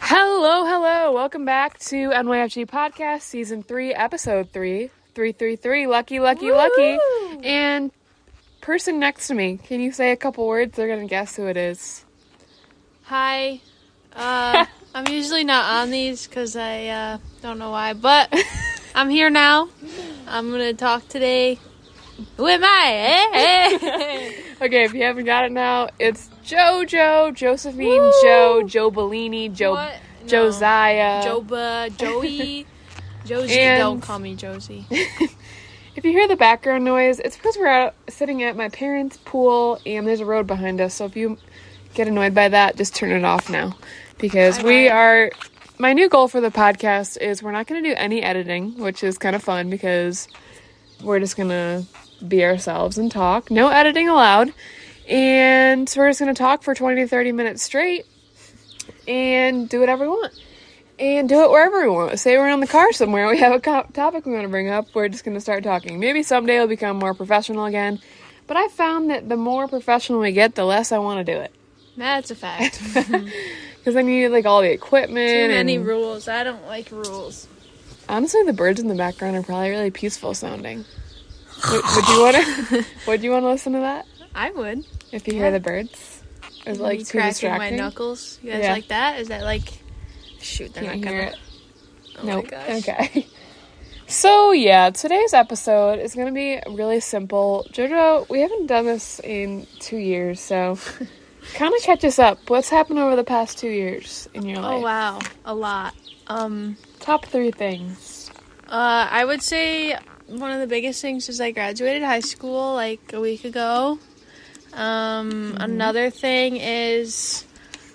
Hello, hello. Welcome back to NYFG Podcast, Season 3, Episode 3. 333. Lucky, lucky, lucky. Woo! And person next to me, can you say a couple words? They're going to guess who it is. Hi. Uh, I'm usually not on these because I uh, don't know why, but I'm here now. I'm going to talk today. Who am I? Eh, eh. Okay, if you haven't got it now, it's JoJo, Josephine, Woo! Joe, Joe Bellini, Joe, What? No. Josiah. Joba, Joey. Josie. And- Don't call me Josie. If you hear the background noise, it's because we're out sitting at my parents' pool and there's a road behind us. So if you get annoyed by that, just turn it off now because I we might. are. My new goal for the podcast is we're not going to do any editing, which is kind of fun because we're just going to be ourselves and talk. No editing allowed. And we're just going to talk for 20 to 30 minutes straight and do whatever we want and do it wherever we want. Say we're in the car somewhere, we have a co- topic we want to bring up, we're just going to start talking. Maybe someday we'll become more professional again. But I found that the more professional we get, the less I want to do it. That's a fact. Too Because then you need like all the equipment. many and rules. I don't like rules. honestly, the birds in the background are probably really peaceful sounding. would, would you want to? Would you want to listen to that I would. if you Yeah. hear the birds? Is it, like Me too cracking my distracting? knuckles. You guys Yeah. like that? Is that like. Shoot, they're Can't not hear going it. to. Oh Nope. my gosh. Okay. So yeah, today's episode is gonna be really simple. Jojo, we haven't done this in two years, so kind of catch us up. What's happened over the past two years in your life? Oh, wow. A lot. Um. Top three things. Uh, I would say one of the biggest things is I graduated high school like a week ago. Um, Mm-hmm. Another thing is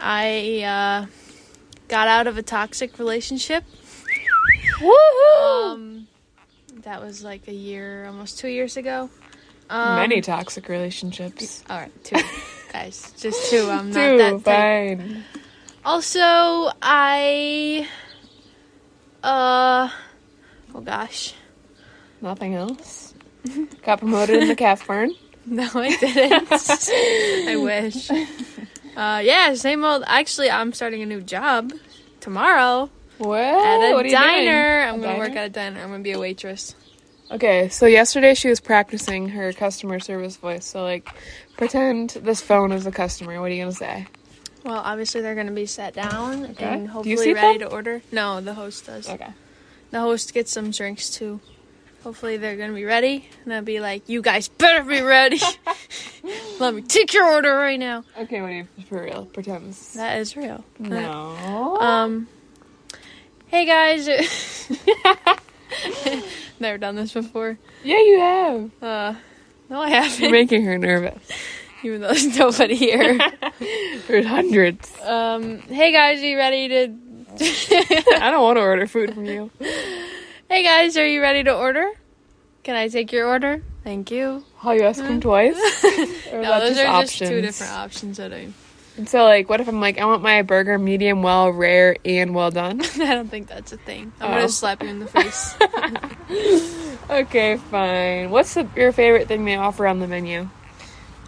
I uh, got out of a toxic relationship. Woohoo! Um, that was like a year, almost two years ago. Um, Many toxic relationships. All right, two guys, just two. I'm not Two, that. Type. fine. Also, I uh, oh gosh, Nothing else. Got promoted in the calf barn. No, I didn't. I wish. Uh, yeah, same old. Actually, I'm starting a new job tomorrow What? at Oh, a what are you doing? diner. A I'm gonna work diner? at a diner. I'm gonna be a waitress. Okay, so yesterday she was practicing her customer service voice. So, like, pretend this phone is a customer. What are you gonna say? Well, obviously they're gonna be sat down Okay. Do you and hopefully seat ready them? to order. No, the host does. Okay. The host gets some drinks too. Hopefully they're gonna be ready, and I'll be like, "You guys better be ready. Let me take your order right now." Okay, what do you for real? Pretend. this- That is real. No. Um, hey guys. Never done this before. yeah, you have. Uh, no, I You're haven't. making her nervous. Even though there's nobody here. There's hundreds. um, hey guys, are you ready to? I don't want to order food from you. hey guys, are you ready to order? Can I take your order? Thank you. Oh, you asked him twice. Or No, that's those are just two options? different options that I. And so, like, what if I'm like, I want my burger medium well, rare, and well done? I don't think that's a thing. I'm Oh. gonna slap you in the face. okay, fine. What's the, your favorite thing they offer on the menu?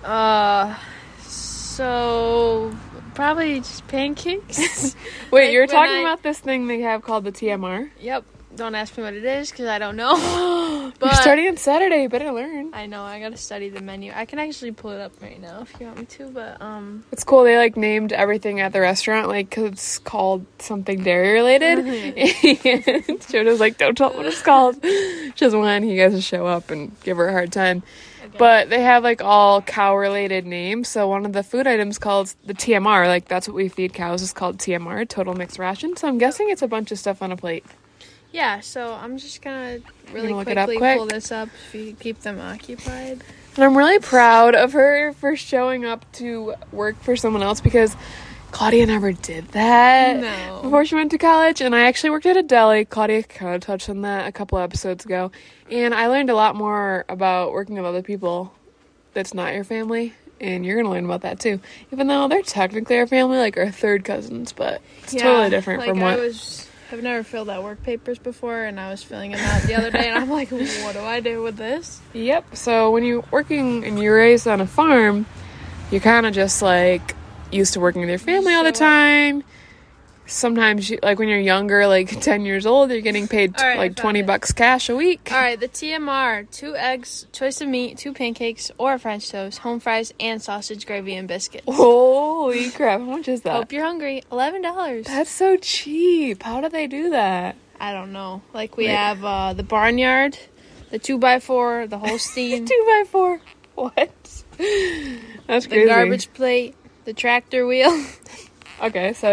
uh, so probably just pancakes. Wait, Like you were when talking I- about this thing they have called the TMR. Yep. Don't ask me what it is because I don't know. but You're starting on Saturday. You better learn. I know I gotta study the menu. I can actually pull it up right now if you want me to. But um, It's cool. They like named everything at the restaurant like 'cause it's called something dairy related. and Joda's like, don't tell them what it's called. She doesn't want you guys to show up and give her a hard time. But they have like all cow related names. So one of the food items called the TMR, like that's what we feed cows, is called TMR, total mixed ration. So I'm guessing it's a bunch of stuff on a plate. yeah, so I'm just gonna really look it up quickly quick? pull this up if you could keep them occupied. And I'm really proud of her for showing up to work for someone else because Claudia never did that No. before she went to college. And I actually worked at a deli. Claudia kind of touched on that a couple episodes ago. And I learned a lot more about working with other people that's not your family. And you're going to learn about that too. Even though they're technically our family, like our third cousins, but it's totally different like from I what. was. I've never filled out work papers before, and I was filling them out the other day, and I'm like, what do I do with this? Yep. So when you're working and you're raised on a farm, you're kind of just like used to working with your family all the So- time. sometimes you, like when you're younger, like 10 years old, you're getting paid All right, I like 20 found it. bucks cash a week. All right, the TMR: two eggs, choice of meat, two pancakes or French toast, home fries, and sausage gravy and biscuits. Holy crap, how much is that? Hope you're hungry. Eleven dollars. That's so cheap. How do they do that? I don't know. Like we Right. have uh, the barnyard, the two by four, the Holstein, Two by four. What? That's the crazy. garbage plate, the tractor wheel. Okay, so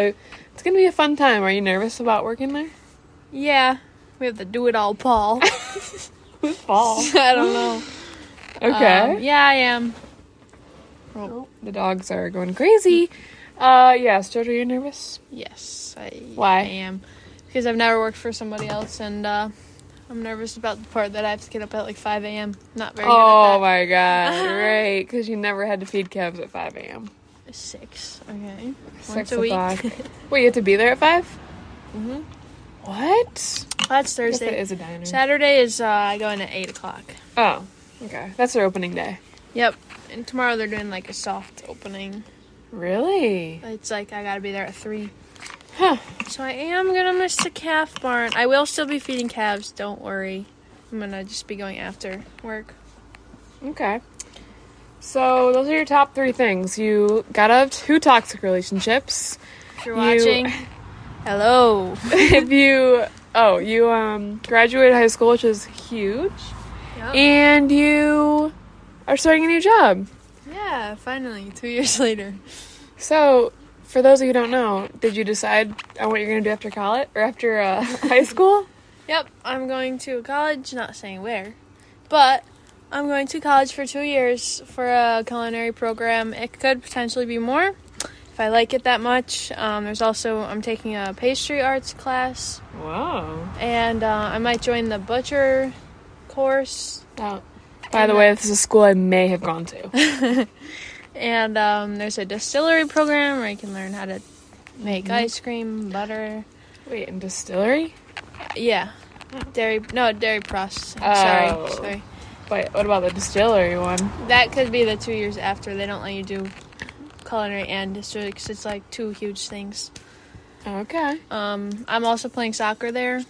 it's gonna be a fun time. Are you nervous about working there? yeah, we have the do it all Paul. Who's Paul? I don't know. Okay. Um, yeah, I am. Oh, The dogs are going crazy. Uh, yes, George, are you nervous? Yes, I. Why? I am because I've never worked for somebody else, and uh, I'm nervous about the part that I have to get up at like 5 a.m. Not very Oh good at my god, Uh-huh. right? Because you never had to feed calves at 5 a.m. that. Six. Okay. Six Once a week. o'clock. Wait, you have to be there at 5? What? That's I guess that Thursday. is a diner. Saturday is uh, I go in at eight o'clock. Oh, okay. That's their opening day. Yep. And tomorrow they're doing like a soft opening. Really? It's like I gotta be there at three. Huh. So I am gonna miss the calf barn. I will still be feeding calves. Don't worry. I'm gonna just be going after work. Okay. So those are your top three things. You got out of two toxic relationships. If you're You- watching, hello. if you oh you um graduated high school which is huge Yep. and you are starting a new job Yeah, finally, two years later. so for those of you who don't know did you decide on what you're going to do after college or after uh, high school Yep, I'm going to college, not saying where, but I'm going to college for two years for a culinary program. It could potentially be more if I like it that much. Um, there's also, I'm taking a pastry arts class, wow and uh, I might join the butcher course. by the way this is a school i may have gone to And um, there's a distillery program where you can learn how to Mm-hmm. make ice cream, butter. wait in distillery Yeah. Dairy, no, dairy processing. Oh. Sorry, sorry. but what about the distillery one That could be the two years after. They don't let you do culinary and history because it's like two huge things. okay Um, I'm also playing soccer there,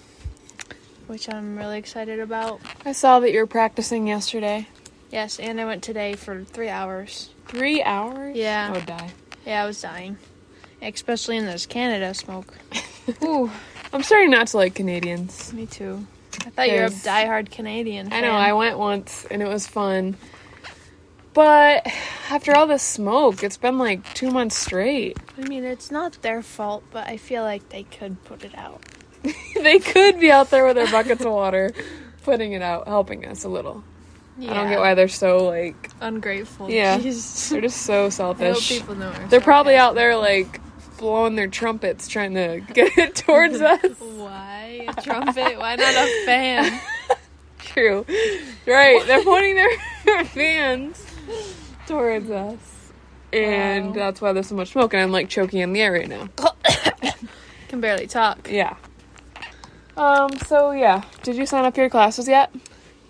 which I'm really excited about. i saw that you were practicing yesterday Yes, and I went today for three hours. three hours Yeah. i would die Yeah, I was dying, especially in this Canada smoke. Ooh, i'm starting not to like canadians Me too. I thought you were a There's- diehard Canadian. I Fan. know, I went once and it was fun. But after all this smoke, it's been like two months straight. I mean, it's not their fault, but I feel like they could put it out. they could be out there with their buckets of water, putting it out, helping us a little. Yeah. I don't get why they're so like, Ungrateful. Yeah. Jeez. they're just so I hope selfish. people know. our They're probably sarcasm. out there like blowing their trumpets trying to get it towards us. Why a trumpet? Why not a fan? True. Right. They're pointing their fans towards us. And Wow. that's why there's so much smoke, and I'm like choking in the air right now. Can barely talk. Yeah. Um, so yeah. Did you sign up for your classes yet?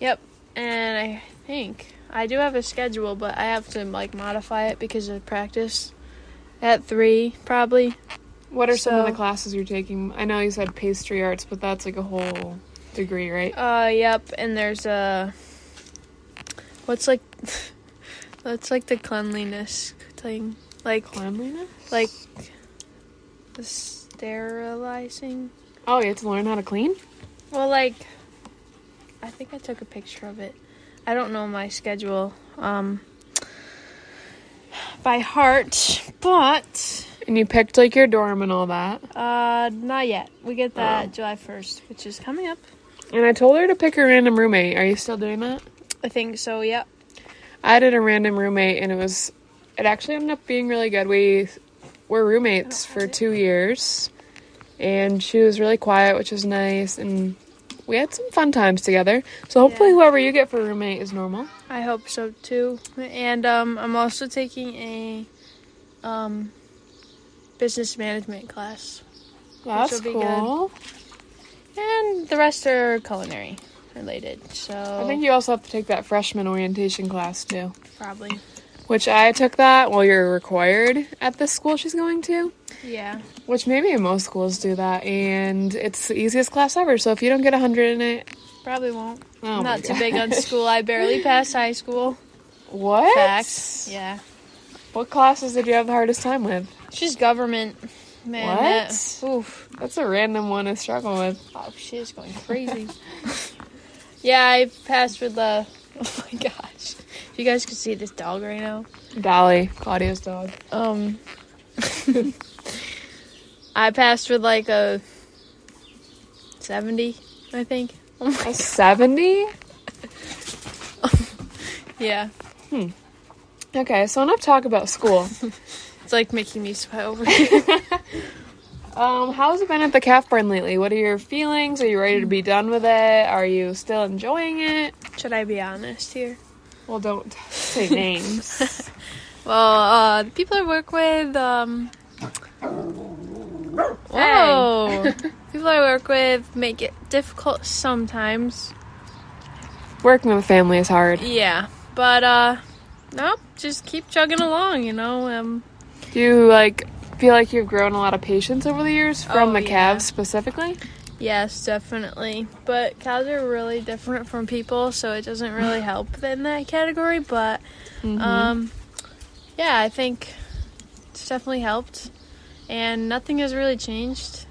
Yep. And I think I do have a schedule, but I have to like modify it because of practice. At three, probably. What are some of the So- classes you're taking? I know you said pastry arts, but that's like a whole degree, right? Uh, yep. And there's a what's like that's like the cleanliness thing, like Cleanliness? like the sterilizing. Oh, you have to learn how to clean? Well, like, I think I took a picture of it. I don't know my schedule um, by heart, but And you picked like your dorm and all that. uh, not yet. We get that Oh. July 1st, which is coming up. And I told her to pick a random roommate. Are you still doing that? I think so, yep. I did a random roommate and it was it actually ended up being really good. We were roommates I don't for have it. 2 years and she was really quiet, which was nice and we had some fun times together. So hopefully Yeah. whoever you get for roommate is normal. I hope so too. And um, I'm also taking a um, business management class, That's will be cool. and the rest are culinary related. So I think you also have to take that freshman orientation class too, probably. which I took that. Well, you're required at this school she's going to. Yeah. which maybe most schools do that, and it's the easiest class ever. So if you don't get 100 in it, Probably won't. Oh my Not too God. big on school. I barely passed high school. what? Facts. Yeah. What classes did you have the hardest time with? It's just government. Man, uh, that- What? oof. That's a random one to struggle with. Oh, shit is going crazy. yeah, I passed with the. Oh my gosh. If you guys could see this dog right now. Dolly, Claudia's dog. Um, I passed with like a 70, I think. Oh my- A 70? yeah. Okay, so enough talk about school. It's like making me sweat over here. Um, how's it been at the calf barn lately? What are your feelings? Are you ready to be done with it? Are you still enjoying it? Should I be honest here? Well, don't say names. Well, uh, the people I work with, um, whoa, people I work with make it difficult sometimes. Working with a family is hard. Yeah, but uh, nope, just keep chugging along, you know. Um, Do you like feel like you've grown a lot of patience over the years from Oh, the yeah. calves specifically? Yes, definitely. But cows are really different from people, so it doesn't really help in that category. But Mm-hmm. um, yeah, I think it's definitely helped. And nothing has really changed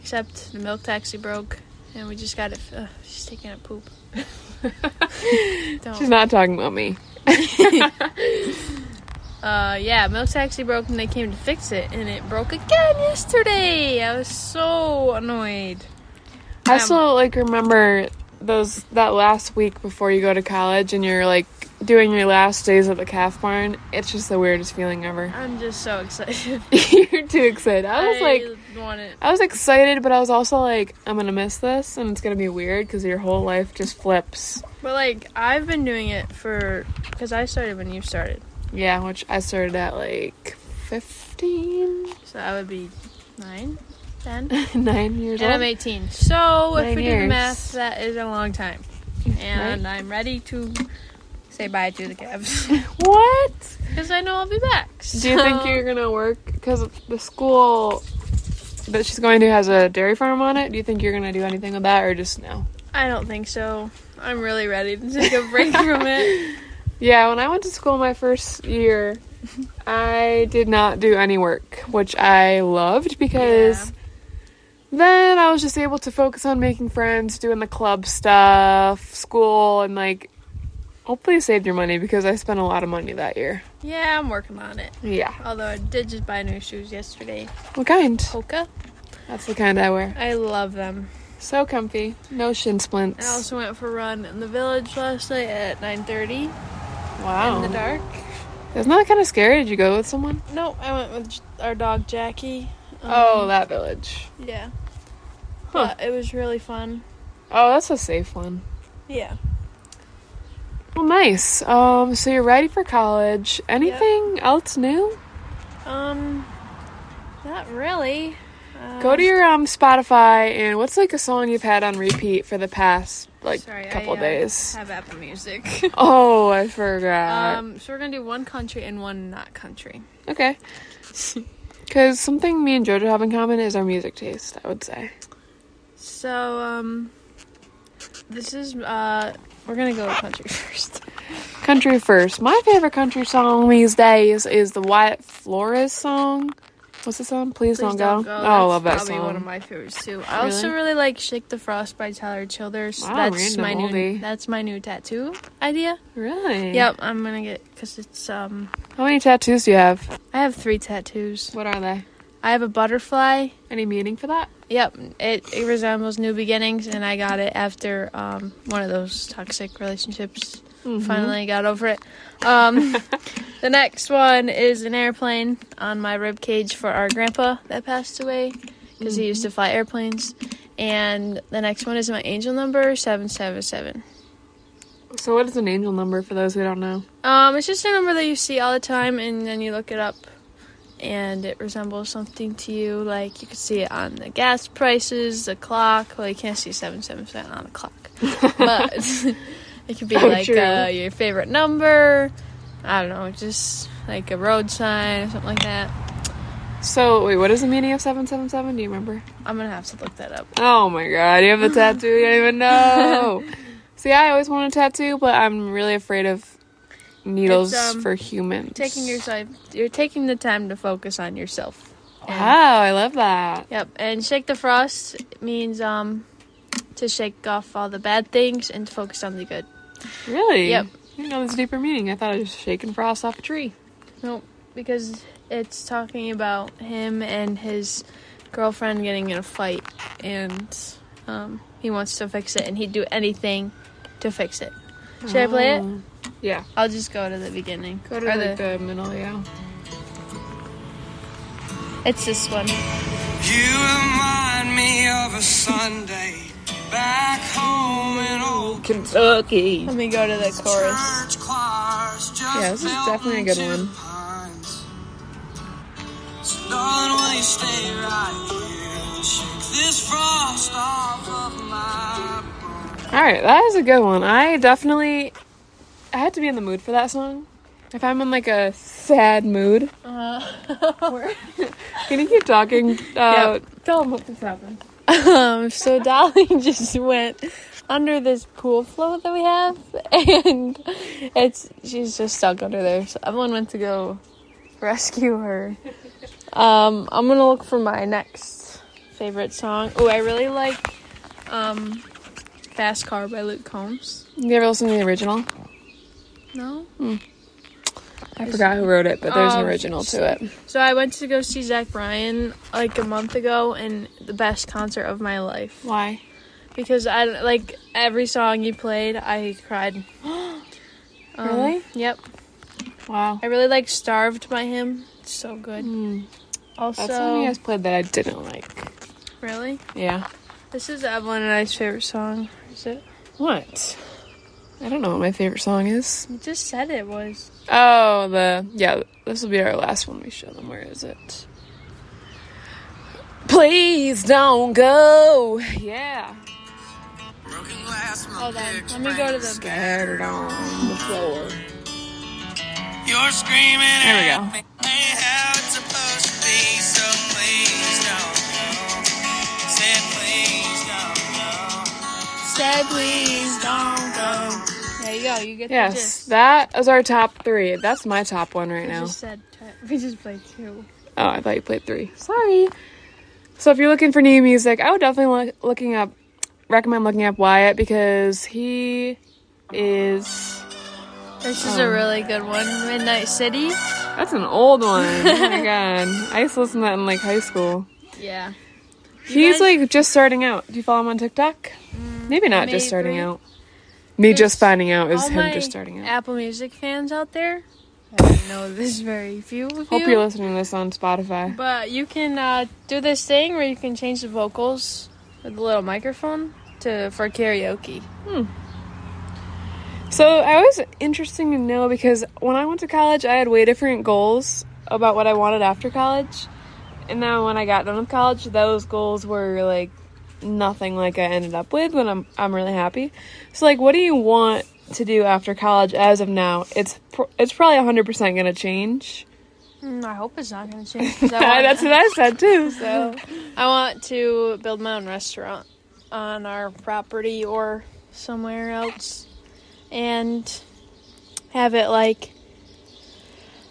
except the milk taxi broke, and we just got it. Ugh, she's taking a poop. Don't. She's not talking about me. Uh, yeah, milk taxi broke, and they came to fix it, and it broke again yesterday. I was so annoyed. I Um, still like remember those that last week before you go to college and you're like doing your last days at the calf barn. It's just the weirdest feeling ever. I'm just so excited. you're too excited. I was like want it. I was excited, but I was also like, I'm gonna miss this, and it's gonna be weird because your whole life just flips. But like I've been doing it for because I started when you started, Yeah, which I started at like 15, so I would be nine, ten, nine years and old. I'm eighteen. So if Nine we do the years. math, that is a long time, and I'm ready to say bye to the Cavs what? because I know I'll be back. Do you think so- you're gonna work? Because the school that she's going to has a dairy farm on it. Do you think you're gonna do anything with that, or just no? I don't think so. I'm really ready to take a break from it. Yeah, when I went to school my first year, I did not do any work, which I loved because then I was just able to focus on making friends, doing the club stuff, school, and like hopefully saved your money because I spent a lot of money that year. Yeah, I'm working on it. Yeah. Although I did just buy new shoes yesterday. What kind? Hoka. That's the kind I wear. I love them. So comfy. No shin I splints. also went for a run in the village last night at 9:30 wow. in the dark. Isn't that kind of scary? Did you go with someone? No, I went with J- our dog Jackie. Um, oh, that village. yeah. Huh. But it was really fun. Oh, that's a safe one. Yeah. Well, nice. Um, so you're ready for college. Anything else new? Um, not really. Um, Go to your um Spotify and what's like a song you've had on repeat for the past like Sorry, couple I, uh, days? Have Apple Music. Oh, I forgot. um, so we're gonna do one country and one not country. okay. Because something me and JoJo have in common is our music taste. I would say. So um, this is uh, we're gonna go with country first. Country first. My favorite country song these days is the Wyatt Flores song. What's the song? Please, don't, go. Oh, I That's love that probably song. one of my favorites too. I also Really? really like "Shake the Frost" by Tyler Childers. Wow, that's random my new. oldie. That's my new tattoo idea. really? Yep, I'm gonna get because it's um. How many tattoos do you have? I have three tattoos. What are they? I have a butterfly. Any meaning for that? Yep, it, it resembles new beginnings, and I got it after um one of those toxic relationships. Mm-hmm. Finally got over it. Um, the next one is an airplane on my rib cage for our grandpa that passed away because he used to fly airplanes. And the next one is my angel number seven seven seven. So, what is an angel number for those who don't know? Um, it's just a number that you see all the time, and then you look it up, and it resembles something to you. Like you can see it on the gas prices, the clock. Well, you can't see seven seven seven on the clock, but it could be Oh, like true. uh, your favorite number. I don't know, just like a road sign or something like that. So wait, what is the meaning of seven seven seven? Do you remember? I'm gonna have to look that up. Oh my god, you have the tattoo. You don't even know. See, I always wanted a tattoo, but I'm really afraid of needles It's, um, for humans. Taking yourself, you're taking the time to focus on yourself. And- Wow, I love that. Yep, and shake the frost means um to shake off all the bad things and to focus on the good. Really? Yep. I didn't know there's a deeper meaning. I thought I was just shaking frost off a tree. Nope, because it's talking about him and his girlfriend getting in a fight, and um, he wants to fix it, and he'd do anything to fix it. Should I play it? Yeah. I'll just go to the beginning. Oh. Go to Or like, the- the middle, yeah. it's this one. You remind me of a Sunday back home in old Kentucky. Let me go to the chorus. church choirs. Just Yeah, this is built definitely a good into one. pines. So darling, will you stay right here and shake this frost off of my bones? All right, that is a good one. I definitely, I had to be in the mood for that song. If I'm in like a sad mood, Uh, can you keep talking? Uh, Tell them what just happened. Um, so Dolly just went under this pool float that we have, and it's she's just stuck under there. So everyone went to go rescue her. Um, I'm gonna look for my next favorite song. Oh, I really like um, "Fast Car" by Luke Combs. You ever listen to the original? No. I forgot who wrote it, but there's an Um, original to it. So I went to go see Zach Bryan like a month ago, and the best concert of my life. Why? because I like every song you played, I cried. Um, Really? Yep. Wow. I really like "Starved" by him. It's so good. Mm, Also, that's one you guys played that I didn't like. really, Yeah. this is Evelyn and I's favorite song. Is it? What? I don't know what my favorite song is. You just said it was. Oh, the yeah. This will be our last one. We show them. Where is it? Please don't go. Yeah. Broken glass, my Hold on. picks Let me go to break. the. Scattered on the floor. You're screaming There we at go. me. Ain't how it's supposed to be, so please don't go. Said please don't go. Said please don't go. There you go. You get the Yes, gist. that is our top three. That's my top one right we now. just said t- we just played two. Oh, I thought you played three. Sorry. So if you're looking for new music, I would definitely look, looking up, recommend looking up Wyatt because he is. This Oh. is a really good one. Midnight City. That's an old one. Oh my god, I used to listen to that in like high school. Yeah. He's guys- like just starting out. Do you follow him on TikTok? Maybe not just starting maybe. out. Me There's just finding out is All him my just starting out. Apple Music fans out there, I know there's very few of Hope you. you're listening to this on Spotify. But you can uh, do this thing where you can change the vocals with the little microphone to for karaoke. So I was interesting to know because when I went to college, I had way different goals about what I wanted after college, and now when I got done with college, those goals were like nothing like I ended up with. When I'm I'm really happy. So like, what do you want to do after college? As of now, it's pr- it's probably 100 percent gonna change. Mm, I hope it's not going to change. 'cause I want, That's what I said too. So I want to build my own restaurant on our property or somewhere else, and have it like.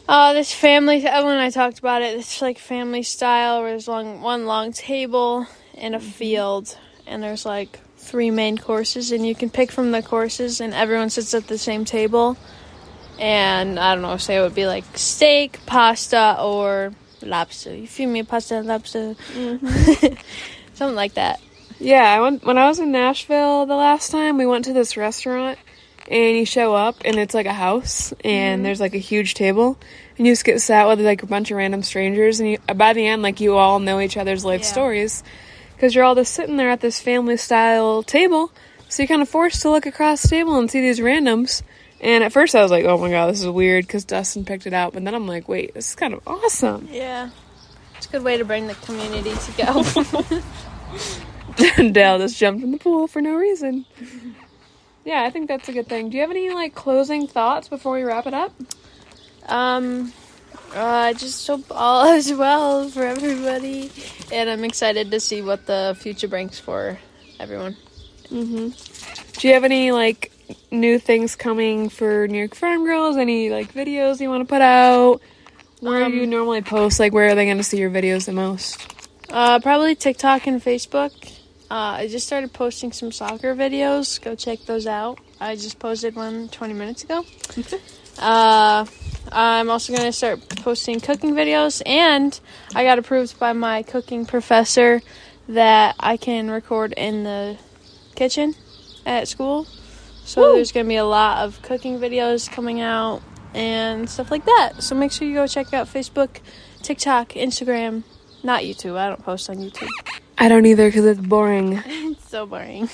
Uh, this family, Evelyn and I talked about it. It's like family style where there's long, one long table and a field, and there's like three main courses, and you can pick from the courses, and everyone sits at the same table. And I don't know, say it would be like steak, pasta, or lobster. You feed me pasta and lobster. Mm-hmm. Something like that. Yeah, I went when I was in Nashville the last time. We went to this restaurant, and you show up, and it's like a house, and there's like a huge table, and you just get sat with like a bunch of random strangers, and you, by the end, like you all know each other's life Yeah. stories, because you're all just sitting there at this family style table, so you're kind of forced to look across the table and see these randoms. And at first, I was like, "Oh my god, this is weird," because Dustin picked it out, but then I'm like, "Wait, this is kind of awesome." Yeah. It's a good way to bring the community together. Dale just jumped in the pool for no reason. Yeah, I think that's a good thing. Do you have any like closing thoughts before we wrap it up? um, Uh, just hope all is well for everybody, and I'm excited to see what the future brings for everyone. Do you have any like new things coming for New York Farm Girls? Any like videos you want to put out? Where do you normally post? Like, where are they going to see your videos the most? Uh, probably TikTok and Facebook. Uh, I just started posting some soccer videos. Go check those out. I just posted one 20 minutes ago. uh, I'm also going to start posting cooking videos, and I got approved by my cooking professor that I can record in the kitchen at school. So Woo. there's going to be a lot of cooking videos coming out and stuff like that. So make sure you go check out Facebook, TikTok, Instagram. Not YouTube. I don't post on YouTube. I don't either because it's boring. It's so boring.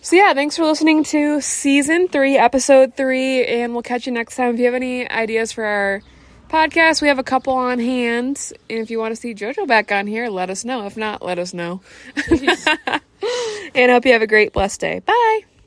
So, yeah, thanks for listening to season three, episode three, and we'll catch you next time. If you have any ideas for our podcast, we have a couple on hand. And if you want to see JoJo back on here, let us know. If not, let us know. and I hope you have a great, blessed day. Bye.